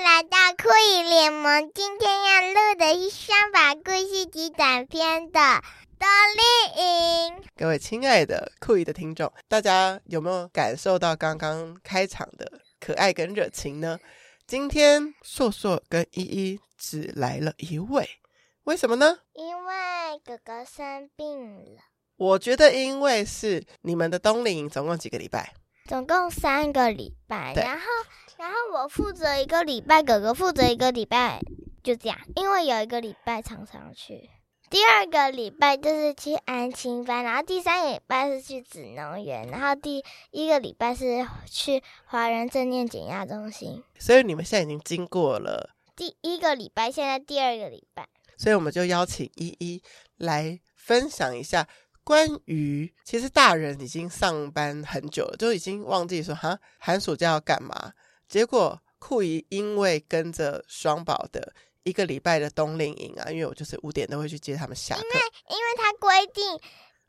酷影联盟今天要录的是三把故事集短篇的《多利营》。各位亲爱的酷姨的听众，大家有没有感受到刚刚开场的可爱跟热情呢？今天硕硕跟依依只来了一位，为什么呢？因为哥哥生病了，我觉得因为是你们的冬令营总共几个礼拜？总共三个礼拜，对然后然后我负责一个礼拜，哥哥负责一个礼拜，就这样。因为有一个礼拜常常去，第二个礼拜就是去安亲班，然后第三个礼拜是去紫农园，然后第一个礼拜是去华人正念减压中心。所以你们现在已经经过了，第一个礼拜，现在第二个礼拜。所以我们就邀请依依来分享一下关于，其实大人已经上班很久了，就已经忘记说哈寒暑假要干嘛。结果酷姨因为跟着双宝的一个礼拜的冬令营啊，因为我就是五点都会去接他们下课，因为他规定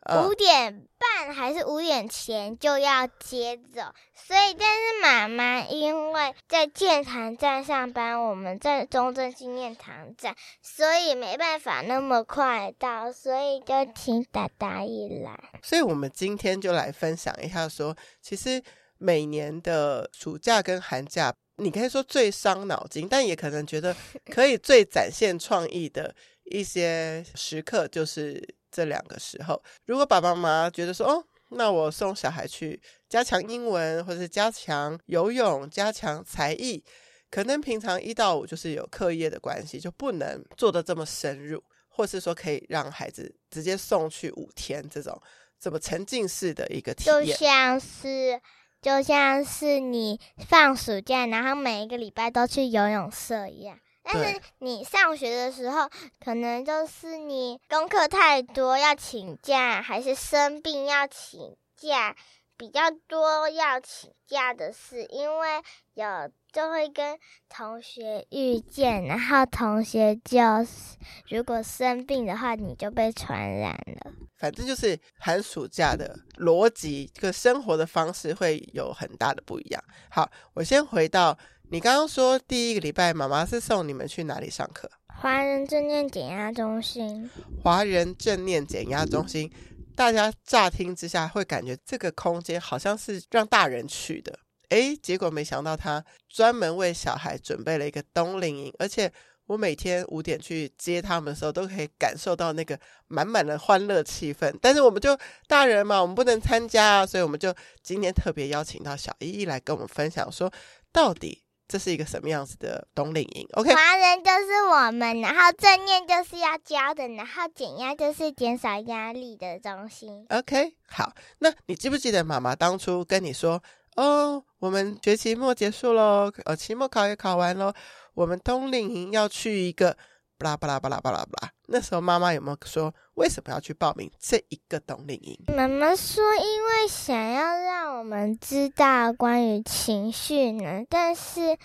呃五点半还是五点前就要接走，所以但是妈妈因为在建潭站上班，我们在中正纪念堂站，所以没办法那么快到，所以就请达达一来。所以我们今天就来分享一下说，其实每年的暑假跟寒假，你可以说最伤脑筋，但也可能觉得可以最展现创意的一些时刻，就是这两个时候。如果爸爸妈妈觉得说，哦，那我送小孩去加强英文，或者是加强游泳、加强才艺。可能平常一到五就是有课业的关系，就不能做的这么深入，或是说可以让孩子直接送去五天这种这么沉浸式的一个体就验。像是就像是你放暑假，然后每一个礼拜都去游泳社一样。但是对你上学的时候，可能就是你功课太多要请假，还是生病要请假，比较多要请假的事，因为有就会跟同学遇见，然后同学就是如果生病的话，你就被传染了。反正就是寒暑假的逻辑跟生活的方式会有很大的不一样。好，我先回到你刚刚说第一个礼拜，妈妈是送你们去哪里上课？华人正念减压中心。华人正念减压中心。大家乍听之下会感觉这个空间好像是让大人去的，诶，结果没想到他专门为小孩准备了一个冬令营，而且我每天五点去接他们的时候，都可以感受到那个满满的欢乐气氛。但是我们就大人嘛，我们不能参加啊，所以我们就今天特别邀请到小依依来跟我们分享，说到底这是一个什么样子的冬令营？OK，华人就是我们，然后正念就是要教的，然后减压就是减少压力的东西。 OK，好，那你记不记得妈妈当初跟你说，哦，我们学期末结束喽，呃，期末考也考完喽，我们冬令营要去一个巴拉巴拉巴拉巴拉巴拉。那时候妈妈有没有说为什么要去报名这一个冬令营？妈妈说，因为想要让我们知道关于情绪呢，但是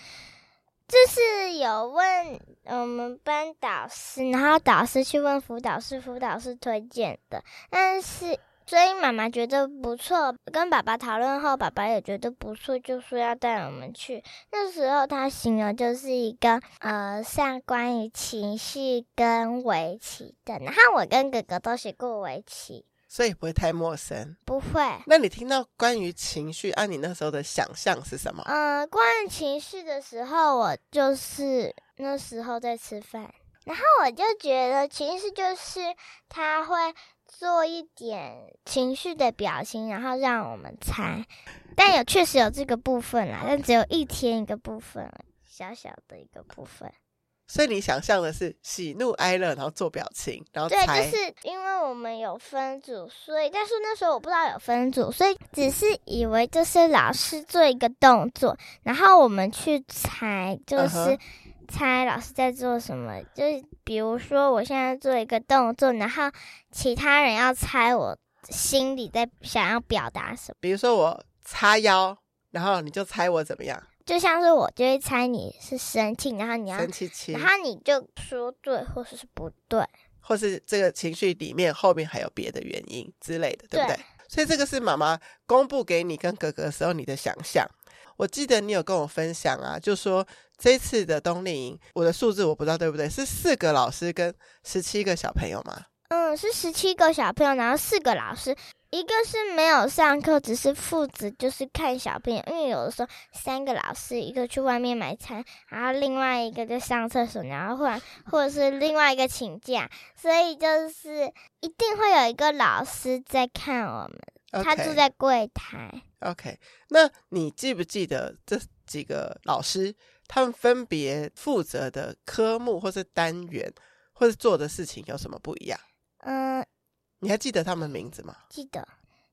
就是有问我们班导师，然后导师去问辅导室，辅导室推荐的，但是。所以妈妈觉得不错，跟爸爸讨论后，爸爸也觉得不错，就说要带我们去。那时候他形容就是一个呃，像关于情绪跟围棋的。然后我跟哥哥都学过围棋，所以不会太陌生。不会。那你听到关于情绪，按、你那时候的想象是什么？嗯，关于情绪的时候，我就是那时候在吃饭，然后我就觉得情绪就是他会做一点情绪的表情，然后让我们猜。但有确实有这个部分啦，但只有一天一个部分，小小的一个部分。所以你想象的是喜怒哀乐，然后做表情，然后对，哦猜就是因为我们有分组，所以但是那时候我不知道有分组，所以只是以为就是老师做一个动作，然后我们去猜，就嗯是哼猜老师在做什么。就是比如说我现在做一个动作，然后其他人要猜我心里在想要表达什么。比如说我叉腰，然后你就猜我怎么样，就像是我就会猜你是生气，然后你要，生气气。然后你就说对或者是不对。或是这个情绪里面后面还有别的原因之类的，对不对？对所以这个是妈妈公布给你跟哥哥的时候你的想象。我记得你有跟我分享啊，就说这次的冬令营，我的数字我不知道对不对，是四个老师跟十七个小朋友吗？嗯，是十七个小朋友，然后四个老师，一个是没有上课，只是负责就是看小朋友，因为有的时候三个老师，一个去外面买餐，然后另外一个在上厕所，然后或然或者是另外一个请假，所以就是一定会有一个老师在看我们 o 他住在柜台。 OK，那你记不记得这几个老师他们分别负责的科目或是单元，或是做的事情有什么不一样？嗯，你还记得他们名字吗？记得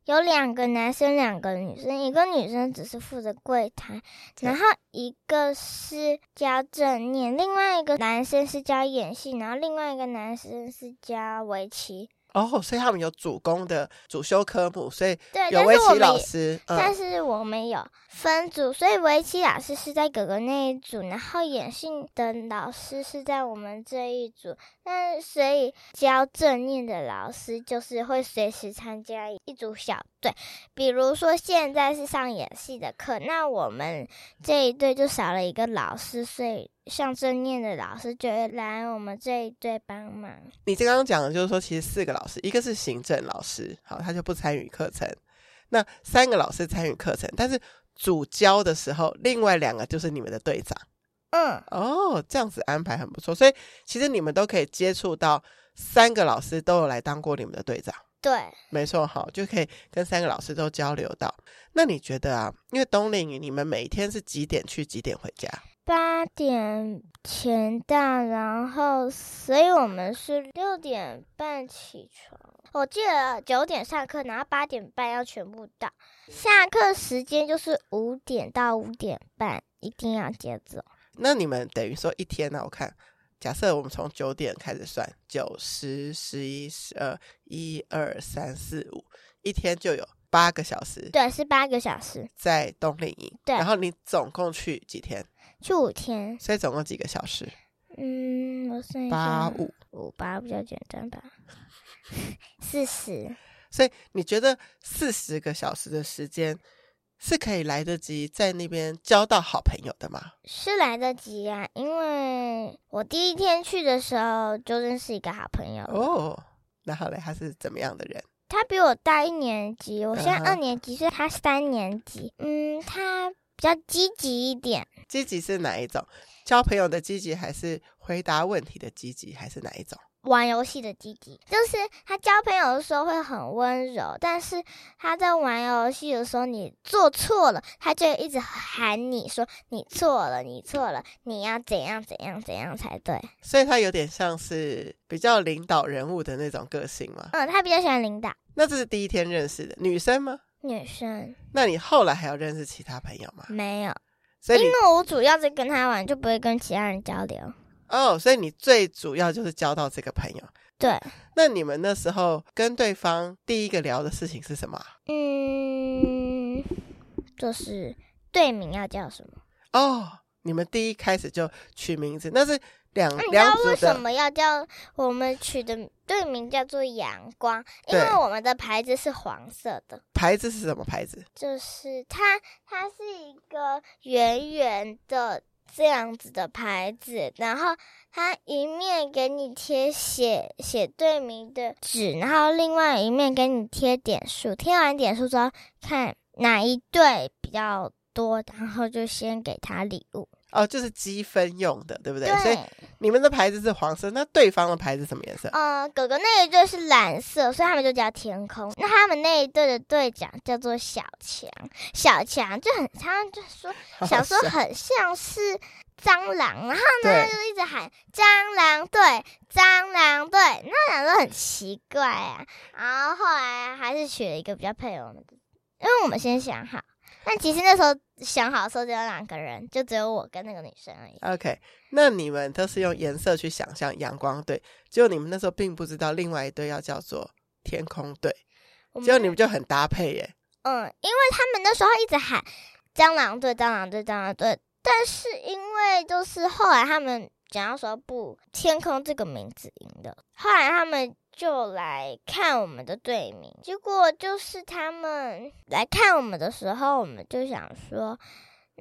有两个男生，两个女生，一个女生只是负责柜台，对然后一个是教正念，另外一个男生是教演戏，然后另外一个男生是教围棋。哦，所以他们有主攻的主修科目，所以对，有但围是我棋们老也。师，但嗯，是我们有分组，所以围棋老师是在哥哥那一组，然后演戏的老师是在我们这一组。那所以教正念的老师就是会随时参加一组小队，比如说现在是上演戏的课，那我们这一队就少了一个老师，所以上正念的老师就会来我们这一队帮忙。你刚刚讲的就是说，其实四个老师，一个是行政老师，好，他就不参与课程，那三个老师参与课程，但是主教的时候，另外两个就是你们的队长。嗯，哦，这样子安排很不错，所以其实你们都可以接触到三个老师都有来当过你们的队长，对。没错，好，就可以跟三个老师都交流到。那你觉得啊，因为冬令营你们每天是几点去，几点回家？八点前到，然后所以我们是六点半起床。我记得九点上课，然后八点半要全部到。下课时间就是五点到五点半，一定要接走。那你们等于说一天呢、我看，假设我们从九点开始算，九、十、十一、十二、一二三四五，一天就有八个小时对，是八个小时，在冬令营。对然后你总共去几天？去五天。所以总共几个小时？嗯，我算一下，八五。五八比较简单吧，四十。所以你觉得四十个小时的时间是可以来得及在那边交到好朋友的吗？是来得及啊，因为我第一天去的时候就认识一个好朋友了哦，那好嘞，他是怎么样的人？他比我大一年级，我现在嗯哼二年级，所以他三年级。嗯，他比较积极一点，积极是哪一种？交朋友的积极，还是回答问题的积极，还是哪一种？玩游戏的积极，就是他交朋友的时候会很温柔，但是他在玩游戏的时候，你做错了，他就一直喊你说你错了，你错了，你要怎样怎样怎样才对。所以他有点像是比较领导人物的那种个性嘛。嗯，他比较喜欢领导那这是第一天认识的女生吗？女生，那你后来还有认识其他朋友吗？没有，所以因你为我主要是跟他玩，就不会跟其他人交流。哦，所以你最主要就是交到这个朋友。对，那你们那时候跟对方第一个聊的事情是什么啊？嗯，就是队名要叫什么？哦，你们第一开始就取名字，那是两啊那你知嗯两道组为什的么要叫我们取的队名叫做阳光？因对为我们的牌子是黄色的，牌子是什么牌子？就是它，它是一个圆圆的这样子的牌子，然后它一面给你贴写写队名的纸，然后另外一面给你贴点数，贴完点数之后看哪一队比较多，然后就先给他礼物。哦，就是积分用的，对不对？所以对。你们的牌子是黄色，那对方的牌子什么颜色？呃，狗狗那一队是蓝色，所以他们就叫天空。那他们那一队的队长叫做小强，小强就很，他们就说小时候啊好很像是蟑螂，然后呢对就一直喊蟑螂队，蟑螂队，那两个很奇怪啊。然后后来还是取了一个比较配我们的，因为我们先想好。但其实那时候想好的时候只有两个人，就只有我跟那个女生而已。 OK，那你们都是用颜色去想象阳光队，结果你们那时候并不知道另外一队要叫做天空队，我结果你们就很搭配耶。嗯，因为他们那时候一直喊蟑螂队、蟑螂队、蟑螂队，但是因为就是后来他们讲到说不，天空这个名字赢的，后来他们就来看我们的队名，结果就是他们来看我们的时候，我们就想说。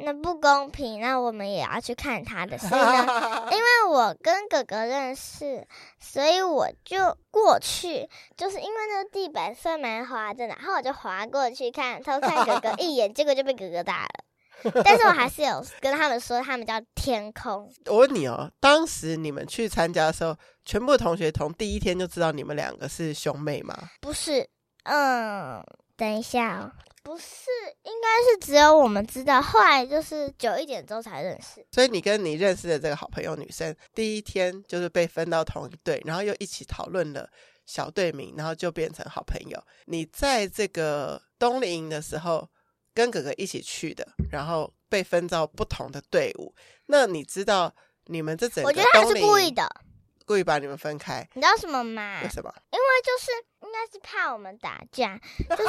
那不公平，那我们也要去看他的。所以呢，因为我跟哥哥认识，所以我就过去，就是因为那个地板算蛮滑的，然后我就滑过去看，偷看哥哥一眼，结果就被哥哥打了。但是我还是有跟他们说，他们叫天空。 我问你哦，当时你们去参加的时候，全部同学从第一天就知道你们两个是兄妹吗？不是，嗯，等一下哦，不是，应该是只有我们知道，后来就是久一点之后才认识。所以你跟你认识的这个好朋友女生，第一天就是被分到同一队，然后又一起讨论了小队名，然后就变成好朋友。你在这个冬令营的时候，跟哥哥一起去的，然后被分到不同的队伍。那你知道你们这整个我觉得他冬是令故营意，的，故意把你们分开，你知道什么吗？为什么？因为就是应该是怕我们打架，就是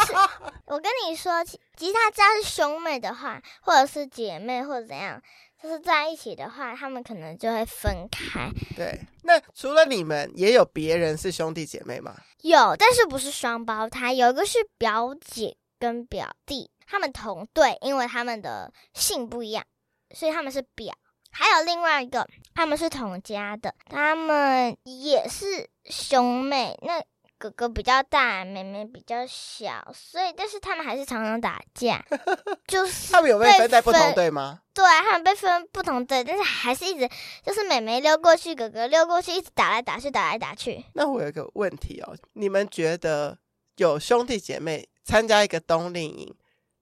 我跟你说，其其实他只要是兄妹的话，或者是姐妹或者怎样，就是在一起的话，他们可能就会分开。对，那除了你们，也有别人是兄弟姐妹吗？有，但是不是双胞胎，有一个是表姐跟表弟，他们同队，因为他们的姓不一样，所以他们是表。还有另外一个，他们是同家的，他们也是兄妹。那哥哥比较大，妹妹比较小，所以但是他们还是常常打 架，就是他们有被被分在不同分队吗？对啊，他们被分不同队，但是还是一直就是妹妹溜过去，哥哥溜过去，一直打来打去，打来打去。那我有一个问题哦，你们觉得有兄弟姐妹参加一个冬令营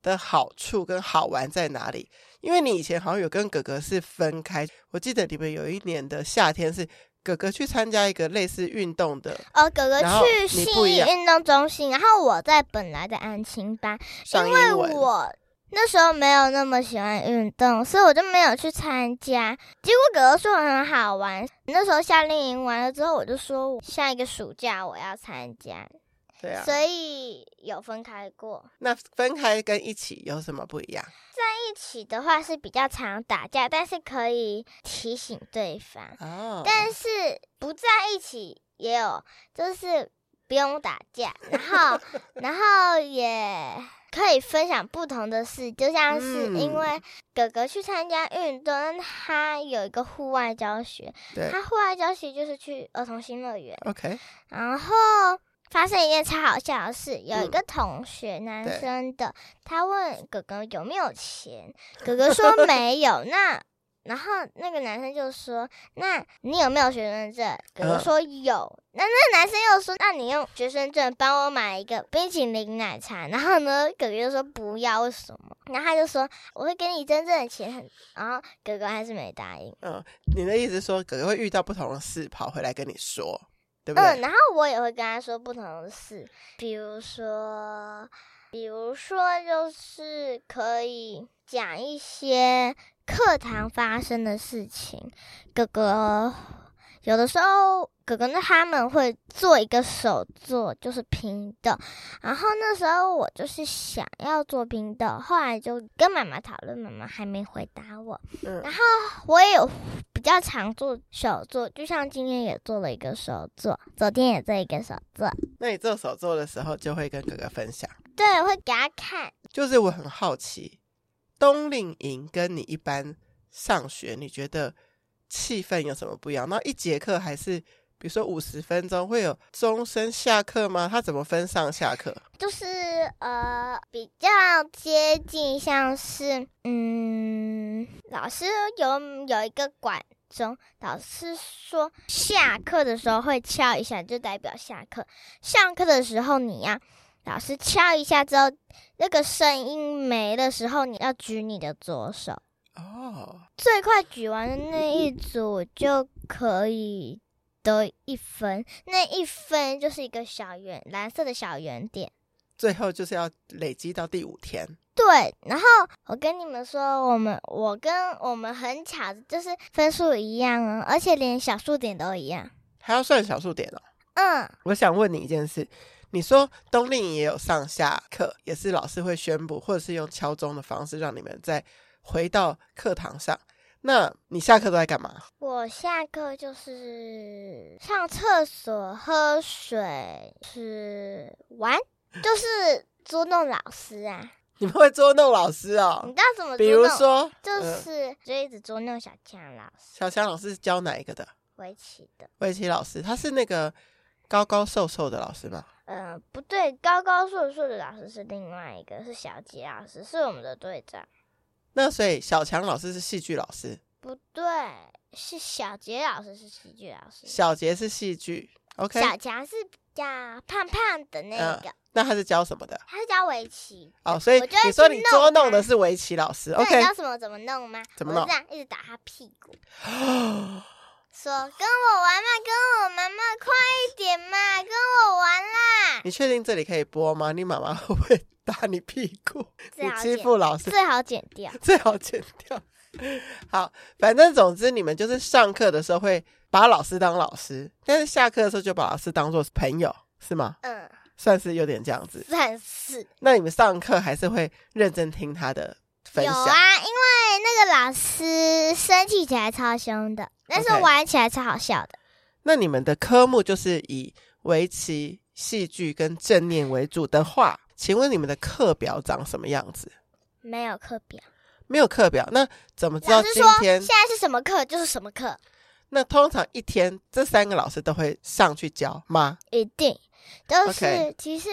的好处跟好玩在哪里？因为你以前好像有跟哥哥是分开，我记得你们有一年的夏天是哥哥去参加一个类似运动的哦，哥哥然后去你信不一义样运动中心，然后我在本来的安亲班，上因为英文，我那时候没有那么喜欢运动，所以我就没有去参加。结果哥哥说很好玩，那时候夏令营完了之后，我就说下一个暑假我要参加，对啊，所以有分开过。那分开跟一起有什么不一样？一起的话是比较常打架，但是可以提醒对方。哦，但是不在一起也有，就是不用打架，然 后然后也可以分享不同的事，就像是嗯因为哥哥去参加运动，那他有一个户外教学，对他户外教学就是去儿童新乐园， ，OK，然后。发生一件超好笑的事，有一个同学，男嗯对生的，他问哥哥有没有钱，哥哥说没有，那然后那个男生就说：“那你有没有学生证？”哥哥嗯说有。那那个男生又说：“那你用学生证帮我买一个冰淇淋奶茶。”然后呢，哥哥就说：“不要，为什么？”然后他就说：“我会给你真正的钱。”然后哥哥还是没答应。嗯，你的意思是说哥哥会遇到不同的事跑回来跟你说，对不对？嗯，然后我也会跟他说不同的事，比如说，比如说就是可以讲一些课堂发生的事情。哥哥有的时候，哥哥那他们会做一个手作，就是拼豆。然后那时候我就是想要做拼豆，后来就跟妈妈讨论，妈妈还没回答我。嗯然后我也有比较常做手作，就像今天也做了一个手作，昨天也做一个手作。那你做手作的时候就会跟哥哥分享。对，我会给他看。就是我很好奇，冬令营跟你一般上学，你觉得气氛有什么不一样？那一节课还是比如说五十分钟，会有钟声下课吗？他怎么分上下课？就是呃，比较接近像是嗯，老师有有一个管钟，老师说下课的时候会敲一下，就代表下课。上课的时候你要老师敲一下之后，那个声音没的时候，你要举你的左手。哦，最快举完的那一组就可以得一分，那一分就是一个小圆蓝色的小圆点。最后就是要累积到第五天，对，然后我跟你们说，我们我跟我们很巧，就是分数一样哦，而且连小数点都一样。还要算小数点哦。嗯，我想问你一件事，你说冬令营也有上下课，也是老师会宣布，或者是用敲钟的方式让你们再回到课堂上。那你下课都在干嘛？我下课就是上厕所、喝水、是玩，就是捉弄老师啊。你们会捉弄老师你哦？知道怎么嗯捉弄？比如说，就嗯是就一直捉弄小强老师小强老师是教哪一个的？围棋的。围棋老师，他是那个高高瘦瘦的老师吗？呃，不对，高高瘦瘦的老师是另外一个，是小吉老师，是我们的队长。那所以小强老师是戏剧老师，不对，是小杰老师是喜剧老师，小杰是戏剧。OK，小强是比较胖胖的那嗯个，那他是教什么的？他是教围棋。哦，所以我就会你说去你捉弄啊弄的他是围棋老师那你，OK？知道什么怎么弄吗？怎么我弄就这样一直打他屁股，说跟我玩嘛，跟我玩嘛，快一点嘛，跟我玩啦。 你确定这里可以播吗？你妈妈会不会打你屁股？最你好欺剪负老师，最好剪掉。最好剪掉。好，反正总之你们就是上课的时候会把老师当老师，但是下课的时候就把老师当做朋友，是吗？嗯，算是有点这样子。算是那你们上课还是会认真听他的分有享？啊，因为那个老师生气起来超凶的，但是 OK 玩起来超好笑的。那你们的科目就是以围棋、戏剧跟正念为主的话，请问你们的课表长什么样子？没有课表，没有课表，那怎么知道老师今说天现？在是什么课就是什么课，那通常一天这三个老师都会上去教吗？一定都是 OK 其实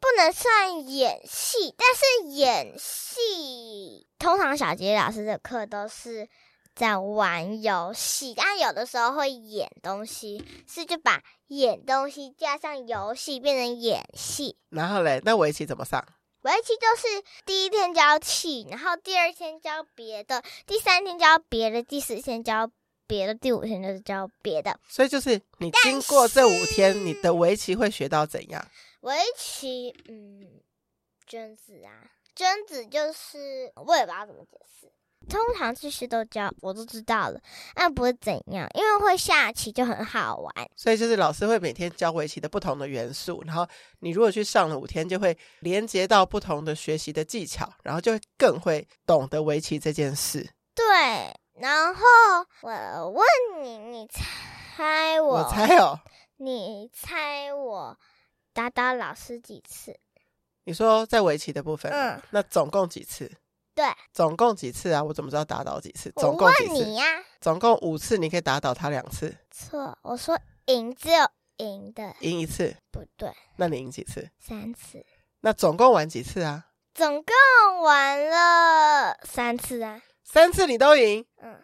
不能算演戏，但是演戏通常小杰老师的课都是在玩游戏，但有的时候会演东西，是就把演东西加上游戏变成演戏。然后嘞，那围棋怎么上？围棋就是第一天教气，然后第二天教别的，第三天教别的，第四天教别的，第五天就是教别的。所以就是你经过这五天，你的围棋会学到怎样？围棋，嗯，榛子啊，榛子就是我也不知道怎么解释。通常这些都教我都知道了，但不会怎样，因为会下棋就很好玩。所以就是老师会每天教围棋的不同的元素，然后你如果去上了五天，就会连接到不同的学习的技巧，然后就会更会懂得围棋这件事。对，然后我问你，你猜我，我猜哦，你猜我打倒老师几次？你说在围棋的部分，嗯那总共几次？对，总共几次啊？我怎么知道打倒几次？我总共问几次？你呀、总共五次，你可以打倒他两次，错，我说赢只有赢的赢一次，不对，那你赢几次？三次，那总共玩几次啊？总共玩了三次啊。三次你都赢，嗯，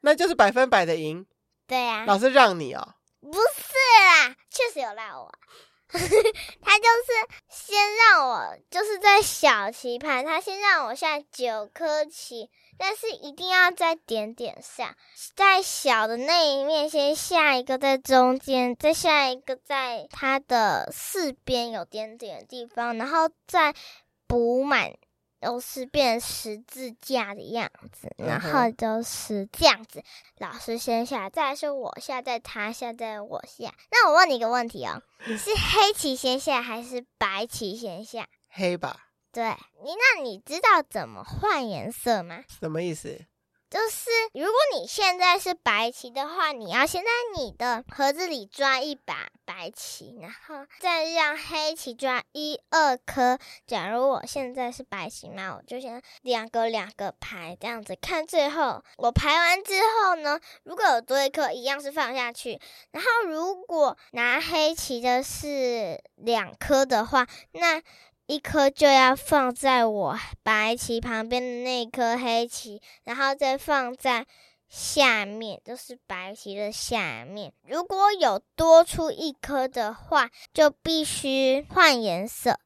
那就是百分百的赢。对呀、老师让你哦，不是啦，确实有赖我。啊 他就是先让我，就是在小棋盘，他先让我下九颗棋，但是一定要在点点下，在小的那一面先下一个，在中间，再下一个，在它的四边有点点的地方，然后再补满，都是变成十字架的样子，嗯哼然后就是这样子。老师先下，再来是我下，再他下，再我下。那我问你一个问题哦，是黑棋先下还是白棋先下？黑吧？对你，那你知道怎么换颜色吗？什么意思？就是如果你现在是白棋的话，你要先在你的盒子里抓一把白棋，然后再让黑棋抓一二颗。假如我现在是白棋嘛，我就先两个两个排这样子，看最后我排完之后呢，如果有多一颗，一样是放下去。然后如果拿黑棋的是两颗的话，那一颗就要放在我白棋旁边的那颗黑棋，然后再放在下面，就是白棋的下面。如果有多出一颗的话，就必须换颜色。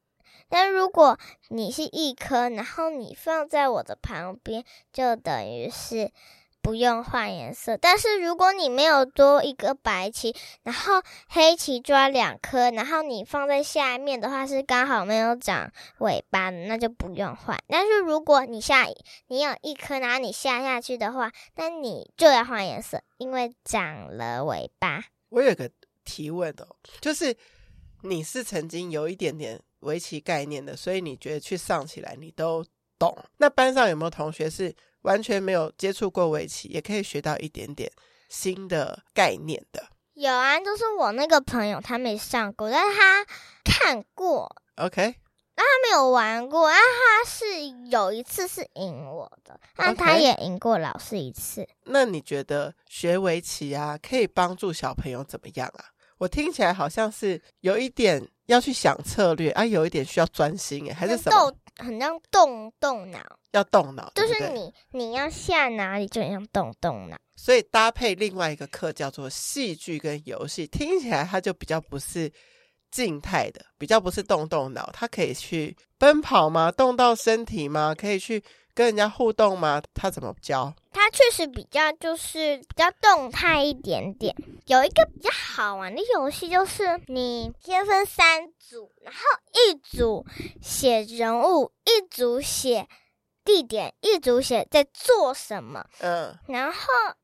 但如果你是一颗，然后你放在我的旁边，就等于是不用换颜色。但是如果你没有多一个白棋，然后黑棋抓两颗，然后你放在下面的话是刚好没有长尾巴的，那就不用换。但是如果你下你有一颗，然后你下下去的话，那你就要换颜色，因为长了尾巴。我有个提问哦，就是你是曾经有一点点围棋概念的，所以你觉得去上起来你都懂。那班上有没有同学是完全没有接触过围棋，也可以学到一点点新的概念的有啊，就是我那个朋友，他没上过，但是他看过， ？OK，他没有玩过，啊，他是有一次是赢我的，但 OK 他也赢过老师一次。那你觉得学围棋啊，可以帮助小朋友怎么样啊？我听起来好像是有一点要去想策略啊，有一点需要专心哎，还是很什么动，很像动动脑，要动脑，就对不是对你你要下哪里，就很像动动脑。所以搭配另外一个课叫做戏剧跟游戏，听起来它就比较不是静态的，比较不是动动脑，它可以去奔跑吗？动到身体吗？可以去跟人家互动吗？它怎么教？它确实比较就是比较动态一点点。有一个比较好玩的游戏，就是你先分三组，然后一组写人物，一组写地点，一组写在做什么，嗯，然后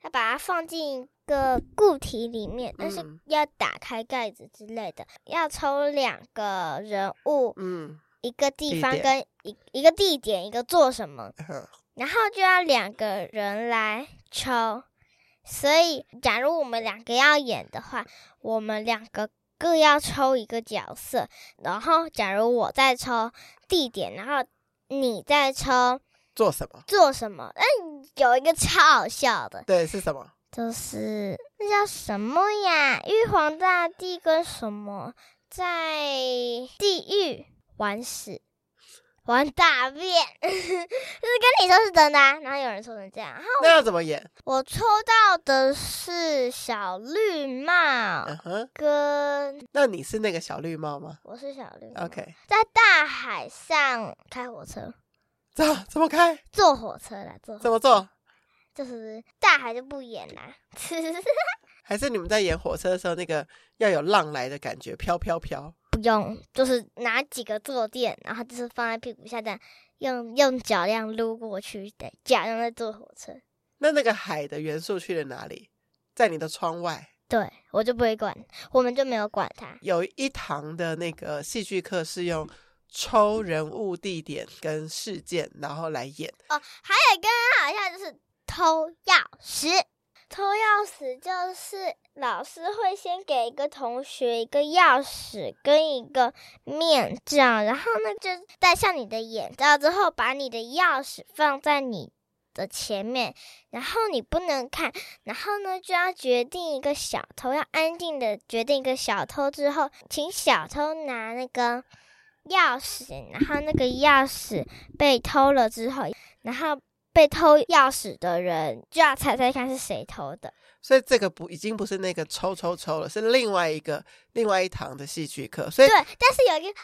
要把它放进一个固体里面，但是嗯要打开盖子之类的，要抽两个人物，嗯一个地方地跟一一个地点，一个做什么，嗯然后就要两个人来抽。所以，假如我们两个要演的话，我们两个各要抽一个角色。然后，假如我在抽地点，然后你在抽做什么？做什么？嗯，有一个超好笑的，对，是什么？就是那叫什么呀？玉皇大帝跟什么在地狱玩屎、玩大便， 就是跟你说是真的、啊，然后有人说成这样。然后那要怎么演？我抽到的是小绿帽嗯哼，跟那你是那个小绿帽吗我是小绿帽？OK，在大海上开火车，怎么怎么开？坐火车啦，坐火怎么做？就是大海就不演啦。 还是你们在演火车的时候，那个要有浪来的感觉，飘飘飘。不用，就是拿几个坐垫，然后就是放在屁股下，这样用用脚这样撸过去，对，假装在坐火车。那那个海的元素去了哪里？在你的窗外。对我就不会管，我们就没有管它。有一堂的那个戏剧课是用抽人物、地点跟事件，然后来演。哦，还有一个很好笑，就是偷钥匙。偷钥匙就是老师会先给一个同学一个钥匙跟一个面罩，然后呢就戴上你的眼罩之后，把你的钥匙放在你的前面，然后你不能看，然后呢就要决定一个小偷，要安静的决定一个小偷之后，请小偷拿那个钥匙，然后那个钥匙被偷了之后，然后被偷钥匙的人就要猜猜看是谁偷的。所以这个不已经不是那个抽抽抽了，是另外一个另外一堂的戏剧课。所以对，但是有一个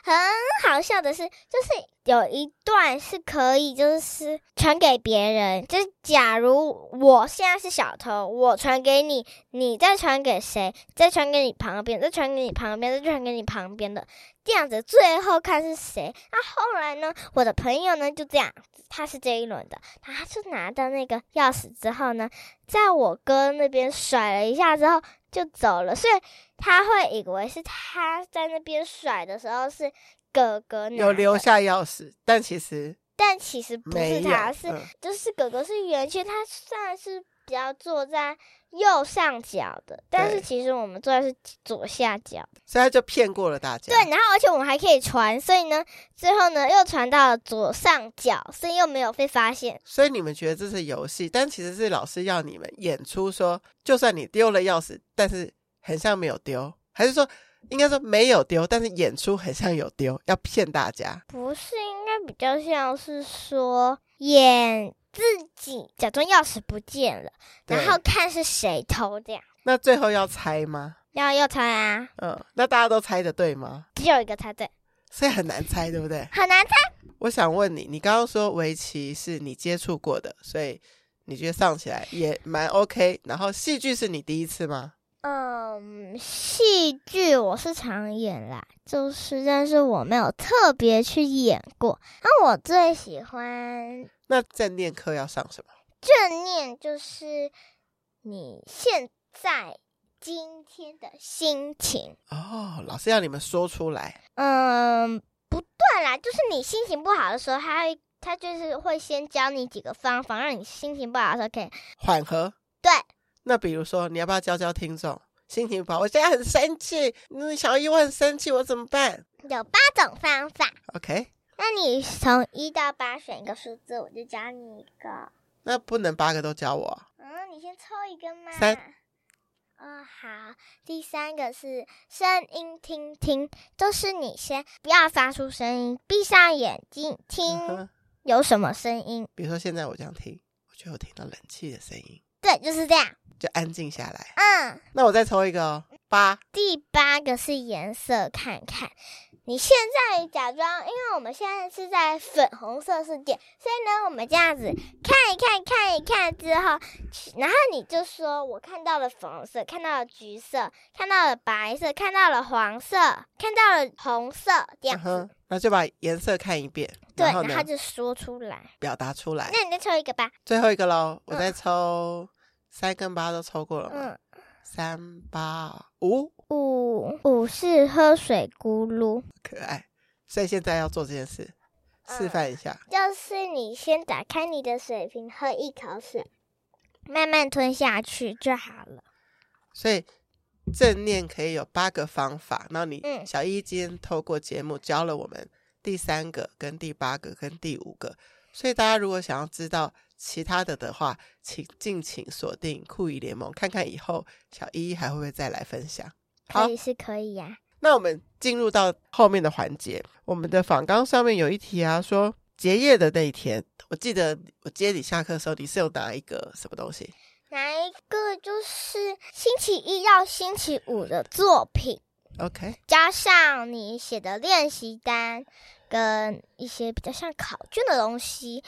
很好笑的是，就是有一段是可以就是传给别人，就是假如我现在是小偷，我传给你，你再传给谁，再传给你旁边，再传给你旁边，再传给你旁边的，这样子最后看是谁。那后来呢，我的朋友呢就这样，他是这一轮的，他就拿到那个钥匙之后呢，在我哥那边甩了一下之后就走了，所以他会以为是他在那边甩的时候是哥哥拿有留的，下钥匙，但其实但其实啊不没是有。他，是嗯就是哥哥是圆圈，他算是比较坐在右上角的，但是对其实我们坐的是左下角。所以他就骗过了大家。对，然后而且我们还可以传，所以呢，最后呢又传到了左上角，所以又没有被发现。所以你们觉得这是游戏，但其实是老师要你们演出说，就算你丢了钥匙，但是很像没有丢，还是说应该说没有丢，但是演出很像有丢，要骗大家。不是，应该比较像是说演自己假装钥匙不见了，对然后看是谁偷这样。那最后要猜吗？要要猜啊，嗯，那大家都猜的对吗？只有一个猜对，所以很难猜，对不对？很难猜。我想问你，你刚刚说围棋是你接触过的，所以你觉得上起来也蛮 OK。然后戏剧是你第一次吗？嗯，戏剧我是常演啦，就是但是我没有特别去演过。那我最喜欢那正念课要上什么？正念就是你现在今天的心情。哦，老师要你们说出来。嗯，不对啦，就是你心情不好的时候，他会他就是会先教你几个方法，让你心情不好的时候可以缓和。对。那比如说，你要不要教教听众？心情不好，我现在很生气，那小姨我很生气，我怎么办有八种方法。 ？OK，那你从一到八选一个数字，我就教你一个。那不能八个都教我啊、嗯，你先抽一个嘛。三。哦，好。第三个是声音听听，就是你先不要发出声音，闭上眼睛嗯听哼有什么声音。比如说现在我这样听，我就有听到冷气的声音，对，就是这样。就安静下来。嗯，那我再抽一个哦，八。第八个是颜色，看看。你现在假装，因为我们现在是在粉红色世界，所以呢，我们这样子看一看，看一看之后，然后你就说我看到了粉红色，看到了橘色，看到了白色，看到了黄色，看到了红色，这样子。嗯哼，那就把颜色看一遍，对，然后然后呢，就说出来。表达出来。那你再抽一个吧。最后一个喽，我嗯再抽三跟八都抽过了嘛，嗯，三八五，五五是喝水咕噜，可爱。所以现在要做这件事，示嗯范一下。就是你先打开你的水瓶，喝一口水，慢慢吞下去就好了。所以正念可以有八个方法，然后你嗯小一今天透过节目教了我们第三个、跟第八个、跟第五个，所以大家如果想要知道其他的的话，请敬请锁定酷艺联盟，看看以后小一还会不会再来分享。好可以是可以啊呀、那我们进入到后面的环节，我们的访纲上面有一题啊，说结业的那一天，我记得我接你下课的时候，你是有拿一个什么东西？哪一个就是星期一到星期五的作品， OK，加上你写的练习单，跟一些比较像考卷的东西，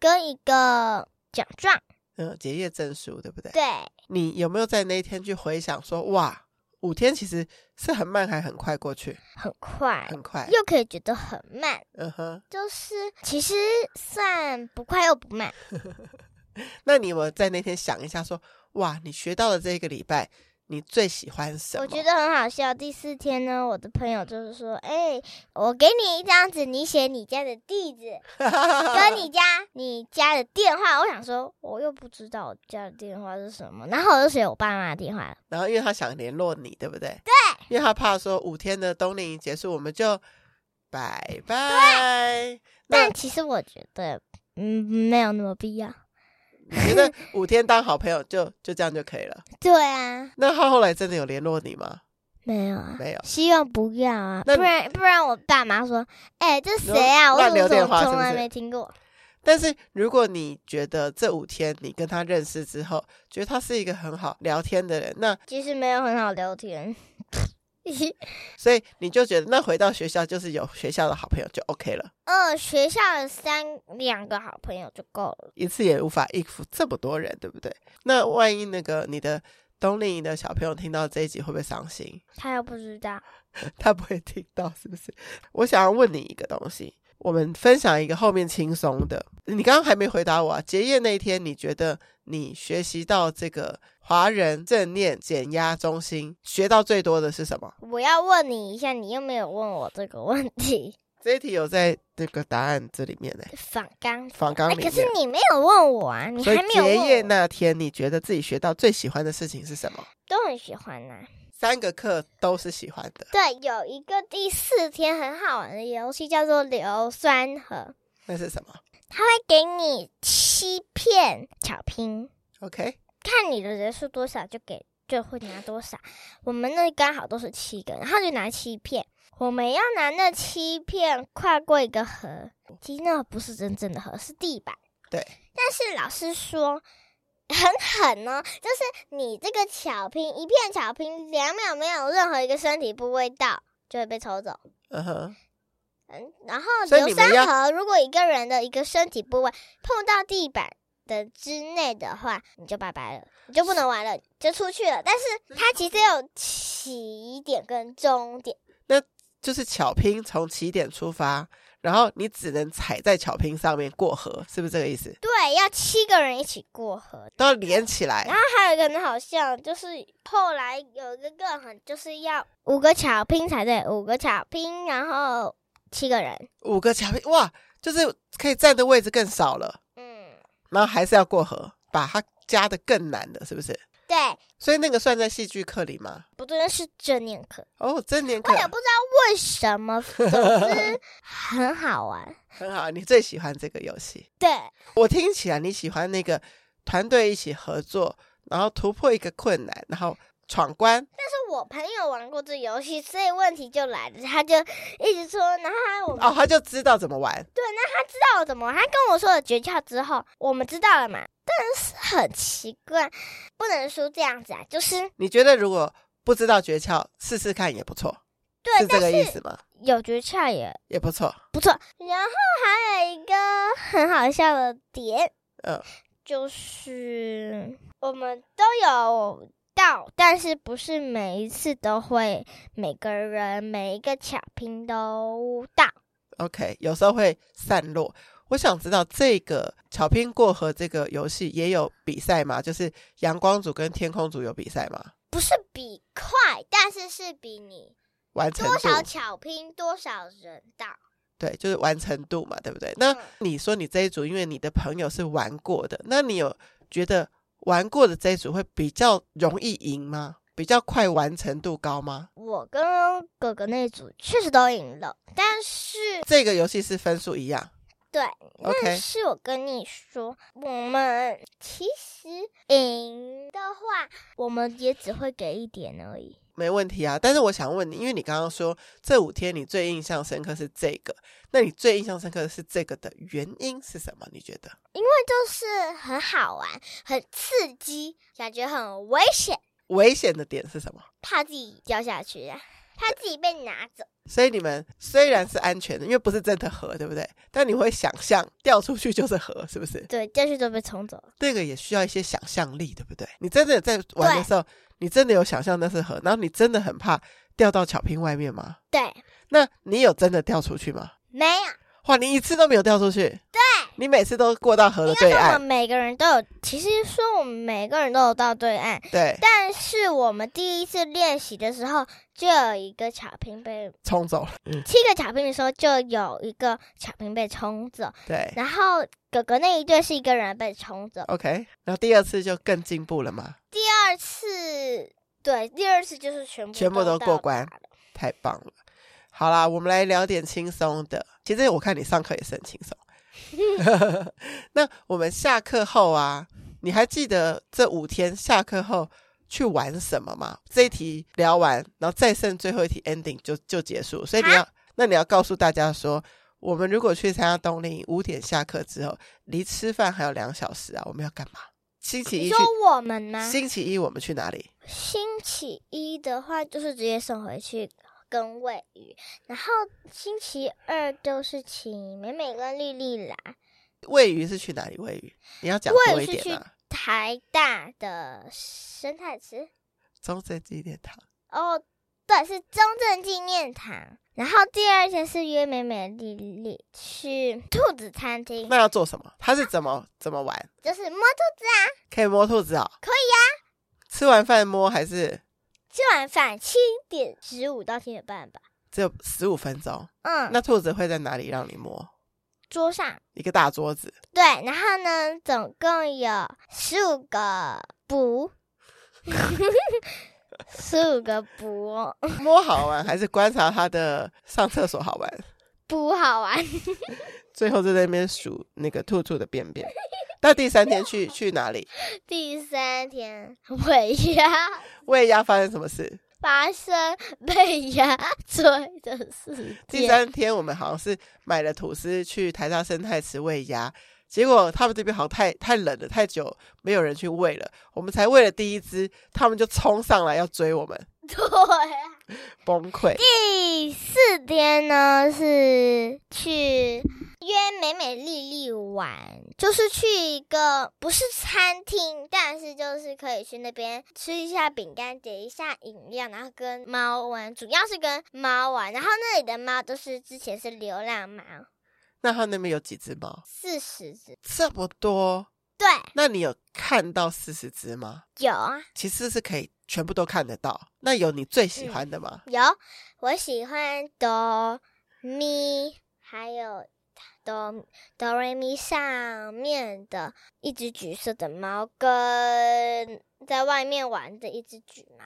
跟一个奖状。嗯，结业证书对不对？对，你有没有在那一天去回想说，哇，五天其实是很慢还很快过去，很快，很快，又可以觉得很慢，嗯哼。就是其实算不快又不慢。那你有没有在那天想一下说，哇，你学到了这一个礼拜，你最喜欢什么？我觉得很好笑。第四天呢，我的朋友就是说：“哎、我给你一张纸，你写你家的地 址跟你家你家的电话。”我想说，我又不知道我家的电话是什么，然后我就写我爸妈的电话了。然后因为他想联络你，对不对？对，因为他怕说五天的冬令营结束，我们就拜拜。那但其实我觉得，嗯，没有那么必要。你觉得五天当好朋友就就这样就可以了？对啊，那他后来真的有联络你吗？没有啊，没有。希望不要啊，那不然不然我爸妈说：“哎、这说谁啊？我乱怎么留电从话是从不来是没听过？”但是如果你觉得这五天你跟他认识之后，觉得他是一个很好聊天的人，那其实没有很好聊天。 所以你就觉得那回到学校就是有学校的好朋友就 OK 了，呃，学校的三两个好朋友就够了。一次也无法应付这么多人，对不对？那万一那个你的冬令营的小朋友听到这一集会不会伤心？他又不知道，他不会听到，是不是？我想要问你一个东西，我们分享一个后面轻松的。你刚刚还没回答我啊，结业那一天，你觉得你学习到这个华人正念减压中心学到最多的是什么？我要问你一下，你又没有问我这个问题。 这一题有在那个答案这里面呢、反刚，仿纲哎、里可面。是你没有问我啊，你所以还没有结业问我，那天，你觉得自己学到最喜欢的事情是什么？都很喜欢呐、三个课都是喜欢的，对，有一个第四天很好玩的游戏叫做硫酸盒，那是什么它会给你七片巧拼， ？OK，看你的人数多少就给就会拿多少。我们那刚好都是七个，然后就拿七片。我们要拿那七片跨过一个河，其实那个不是真正的河，是地板。对。但是老师说很狠哦，就是你这个巧拼一片巧拼，两秒没有任何一个身体部位到，就会被抽走。嗯哼，嗯，然后所以硫你们要酸河，如果一个人的一个身体部位碰到地板的之内的话，你就拜拜了，你就不能玩了，就出去了。但是它其实有起点跟终点，就是巧拼从起点出发，然后你只能踩在巧拼上面过河，是不是这个意思？对，要七个人一起过河。都要连起来然，后还有一个很好笑，就是后来有一个更狠，就是要五个巧拼才对，五个巧拼，然后七个人，五个巧拼，哇，就是可以站的位置更少了，嗯，然后还是要过河，把它加的更难的，是不是？对，所以那个算在戏剧课里吗？不作业是正念课，哦，正念我课也不知道为什么，总之 很好玩。很好，你最喜欢这个游戏。对，我听起来你喜欢那个团队一起合作，然后突破一个困难，然后闯关。但是我朋友玩过这游戏，所以问题就来了，他就一直说，然后他我哦，他就知道怎么玩。知道怎么玩，他跟我说了诀窍之后，我们知道了嘛。但是很奇怪，不能说这样子啊，就是你觉得如果不知道诀窍，试试看也不错，对，是但这个意是思吗？有诀窍也也不错。不错。然后还有一个很好笑的点，嗯，就是我们都有到，但是不是每一次都会，每个人每一个巧拼都到。 OK，有时候会散落。我想知道这个巧拼过河这个游戏也有比赛吗？就是阳光组跟天空组有比赛吗？不是比快，但是是比你完成多度少巧拼多少人到。对，就是完成度嘛，对不对？那嗯你说你这一组，因为你的朋友是玩过的，那你有觉得玩过的这一组会比较容易赢吗？比较快完成度高吗？我跟哥哥那组确实都赢了，但是这个游戏是分数一样对但，OK，是我跟你说，我们其实赢的话，我们也只会给一点而已。没问题啊。但是我想问你，因为你刚刚说这五天你最印象深刻是这个，那你最印象深刻的是这个的原因是什么？你觉得？那就是很好玩，很刺激，感觉很危险，危险的点是什么？怕自己掉下去啊，怕自己被拿走。所以你们虽然是安全的，因为不是真的河，对不对？但你会想象掉出去就是河，是不是？对，掉下去都被冲走了。那个也需要一些想象力，对不对？你真的有在玩的时候，你真的有想象那是河，然后你真的很怕掉到巧拼外面吗？对，那你有真的掉出去吗？没有。哇，你一次都没有掉出去，对，你每次都过到河的对啊我们岸，每个人都有，其实说我们每个人都有到对岸，对，但是我们第一次练习的时候，就有一个巧拼被冲走了，嗯，七个巧拼的时候，就有一个巧拼被冲走，对然后哥哥那一队是一个人被冲走。 ，OK，然后第二次就更进步了嘛，第二次，对，第二次就是全部全部都到过关达了太棒了。好啦，我们来聊点轻松的。其实我看你上课也是很轻松。 那我们下课后啊，你还记得这五天下课后去玩什么吗？这一题聊完，然后再剩最后一题 ending 就就结束。所以你要，那你要告诉大家说，我们如果去参加冬令营，五点下课之后，离吃饭还有两小时啊，我们要干嘛？星期你一说去，我们吗？星期一我们去哪里？星期一的话，就是直接送回去跟喂鱼，然后星期二就是请美美跟丽丽来。喂鱼是去哪里喂鱼？你要讲喂多鱼一是点去啊。台大的生态池。中正纪念堂。哦，对，是中正纪念堂。然后第二天是约美美丽丽去兔子餐厅，那要做什么？他是怎么怎么玩？就是摸兔子啊。可以摸兔子哦？可啊以呀、吃完饭摸还是吃完饭七点十五到七点半吧。只有十五分钟？嗯，那兔子会在哪里让你摸？桌上一个大桌 子，对，然后呢，总共有十五个补，十五个补摸好玩还是观察它的上厕所好玩？补好玩。最后就在那边数那个兔兔的便便。那第三天去去哪里？第三天尾牙。喂鸭发生什么事？发生被压追的事第件。三天我们好像是买了吐司去台大生态池喂鸭，结果他们这边好像太太冷了，太久没有人去喂了，我们才喂了第一只，他们就冲上来要追我们，对，啊崩溃。第四天呢是去约美美丽丽玩，就是去一个不是餐厅，但是就是可以去那边吃一下饼干，点一下饮料，然后跟猫玩，主要是跟猫玩。然后那里的猫都是之前是流浪猫，那他那边有几只猫？四十只。这么多，对，那你有看到四十只吗？有啊，其实是可以全部都看得到。那有你最喜欢的吗？有，我喜欢哆咪，还有哆哆瑞咪上面的一只橘色的猫，跟在外面玩的一只橘猫。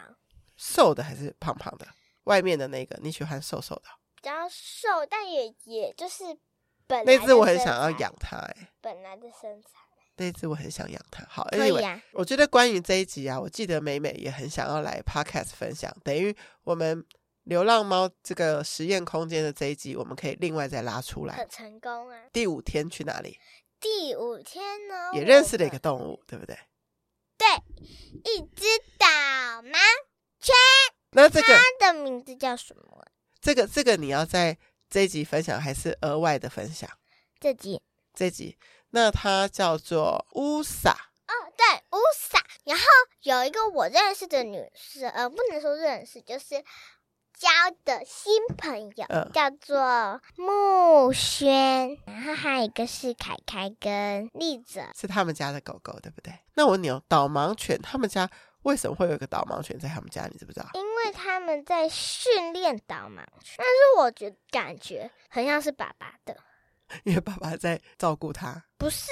瘦的还是胖胖的？外面的那个你喜欢瘦瘦的？比较瘦，但也也就是本来啊那的只我很身想要材养它、哎，本来的身材，那只我很想养它。好，可 anyway, 以啊，我觉得关于这一集啊，我记得美美也很想要来 podcast 分享，等于我们流浪猫这个实验空间的这一集，我们可以另外再拉出来很。成功啊。第五天去哪里？第五天呢，也我认识了一个们动物，对不对？一只导盲，那这个它的名字叫什么？啊这个这个你要在这一集分享，还是额外的分享？这集这一集那它叫做乌萨，哦，对，乌萨。然后有一个我认识的女生，呃，不能说认识，就是交的新朋友，嗯叫做木轩。然后还有一个是凯凯跟丽泽，是他们家的狗狗，对不对？那我牛导盲犬，他们家为什么会有一个导盲犬在他们家？你知不知道？ 因为他们在训练导盲犬，但是我觉感觉很像是爸爸的，因为爸爸在照顾它。不是。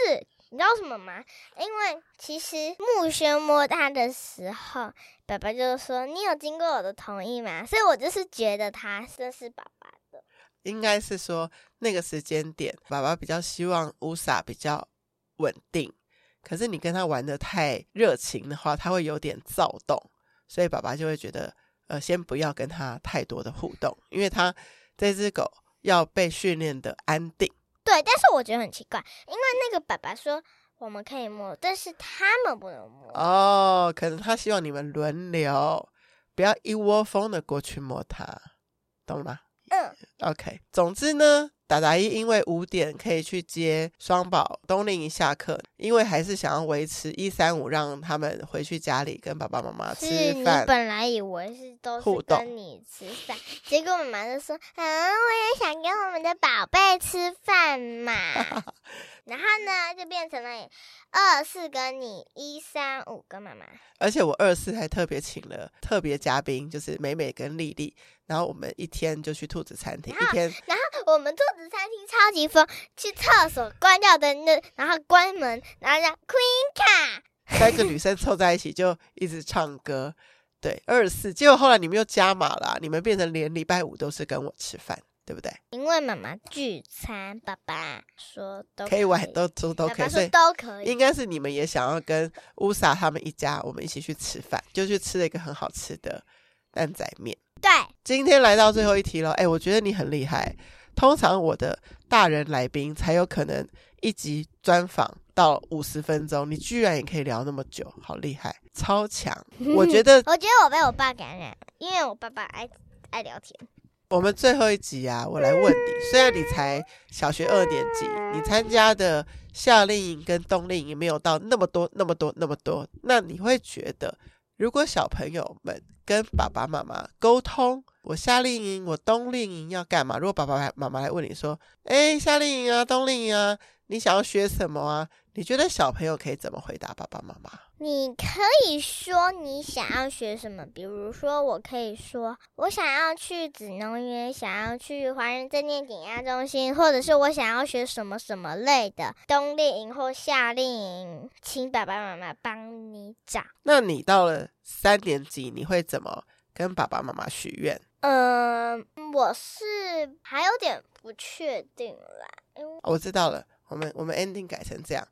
你知道为什么吗？因为其实木轩摸它的时候，爸爸就说：“你有经过我的同意吗？”所以我就是觉得它这是爸爸的。应该是说那个时间点，爸爸比较希望乌萨比较稳定。可是你跟他玩的太热情的话，他会有点躁动，所以爸爸就会觉得，呃，先不要跟他太多的互动，因为他这只狗要被训练的安定。对，但是我觉得很奇怪，因为那个爸爸说我们可以摸，但是他们不能摸。哦，可能他希望你们轮流，不要一窝蜂的过去摸它，懂了吗？嗯， OK，总之呢，达达一因为五点可以去接双宝，冬令一下课，因为还是想要维持一三五，让他们回去家里跟爸爸妈妈吃是你饭。本来以为是都互是动跟你吃饭，结果妈妈就说：“嗯，我也想跟我们的宝贝吃饭 嘛。”然后呢，就变成了二四跟你，一三五跟妈妈。而且我二四还特别请了特别嘉宾，就是美美跟丽丽，然后我们一天就去兔子餐厅，一 天然后我们兔子餐厅超级疯，去厕所关掉灯的，然后关门，然后让 Queen 卡。三个女生凑在一起就一直唱歌。对，二四，结果后来你们又加码啦、你们变成连礼拜五都是跟我吃饭，对不对？因为妈妈聚餐，爸爸说都可以玩都都都爸可以，爸所以说都可以。应该是你们也想要跟乌萨他们一家，我们一起去吃饭，就去吃了一个很好吃的蛋仔面。对，今天来到最后一题了，哎，我觉得你很厉害。通常我的大人来宾才有可能一集专访到五十分钟，你居然也可以聊那么久，好厉害，超强！我觉得我觉得我被我爸感染，因为我爸爸爱爱聊天。我们最后一集啊，我来问你，虽然你才小学二年级，你参加的夏令营跟冬令营没有到那么多、那么多、那么多，那你会觉得，如果小朋友们跟爸爸妈妈沟通，我夏令营、我冬令营要干嘛？如果爸爸妈妈来问你说，哎，夏令营啊、冬令营啊，你想要学什么啊？你觉得小朋友可以怎么回答爸爸妈妈？你可以说你想要学什么，比如说，我可以说我想要去紫农园，想要去华人正念减压中心，啊或者是我想要学什么什么类的冬令营或夏令营，请爸爸妈妈帮你找。那你到了三年级，你会怎么跟爸爸妈妈许愿？嗯，我是还有点不确定啦，哦我知道了，我们我们 ending 改成这样。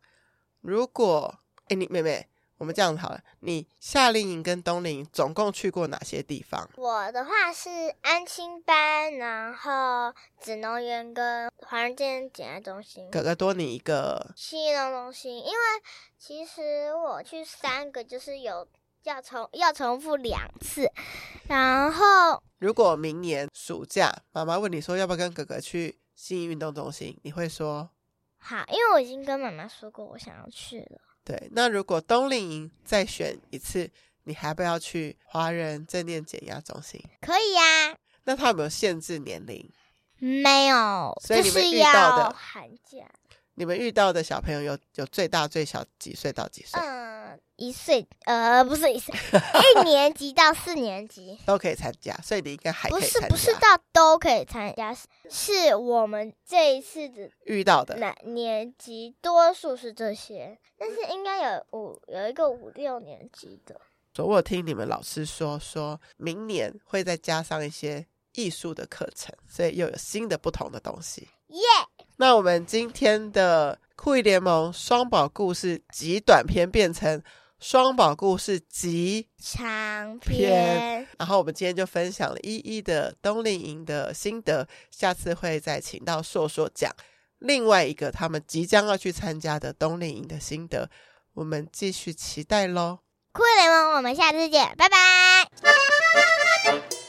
如果哎，你妹妹，我们这样子好了，你夏令营跟冬令营总共去过哪些地方？我的话是安亲班，然后紫农园跟华人健检爱中心、哥哥多你一个，西农中心，因为其实我去三个就是有要重要重复两次，然后如果明年暑假妈妈问你说要不要跟哥哥去新运动中心，你会说好，因为我已经跟妈妈说过我想要去了，对。那如果冬令营再选一次，你还不要去华人正念减压中心？可以呀、那他有没有限制年龄？没有，所以就你们是遇到要的寒假，你们遇到的小朋友有有最大最小几岁到几岁？嗯，一岁，呃，不是一岁，一年级到四年级。都可以参加，所以你应该还可不以是参加。不是到都可以参加，是是我们这一次的遇到的，哪年级多数是这些，但是应该有五有一个五六年级的，所以我有听你们老师说，说明年会再加上一些艺术的课程，所以又有新的不同的东西。耶、那我们今天的酷艺联盟双宝故事极短篇变成双宝故事极，长篇篇，然后我们今天就分享了一一的冬令营的心得，下次会再请到硕硕讲另外一个他们即将要去参加的冬令营的心得，我们继续期待喽。酷联盟，我们下次见，拜拜。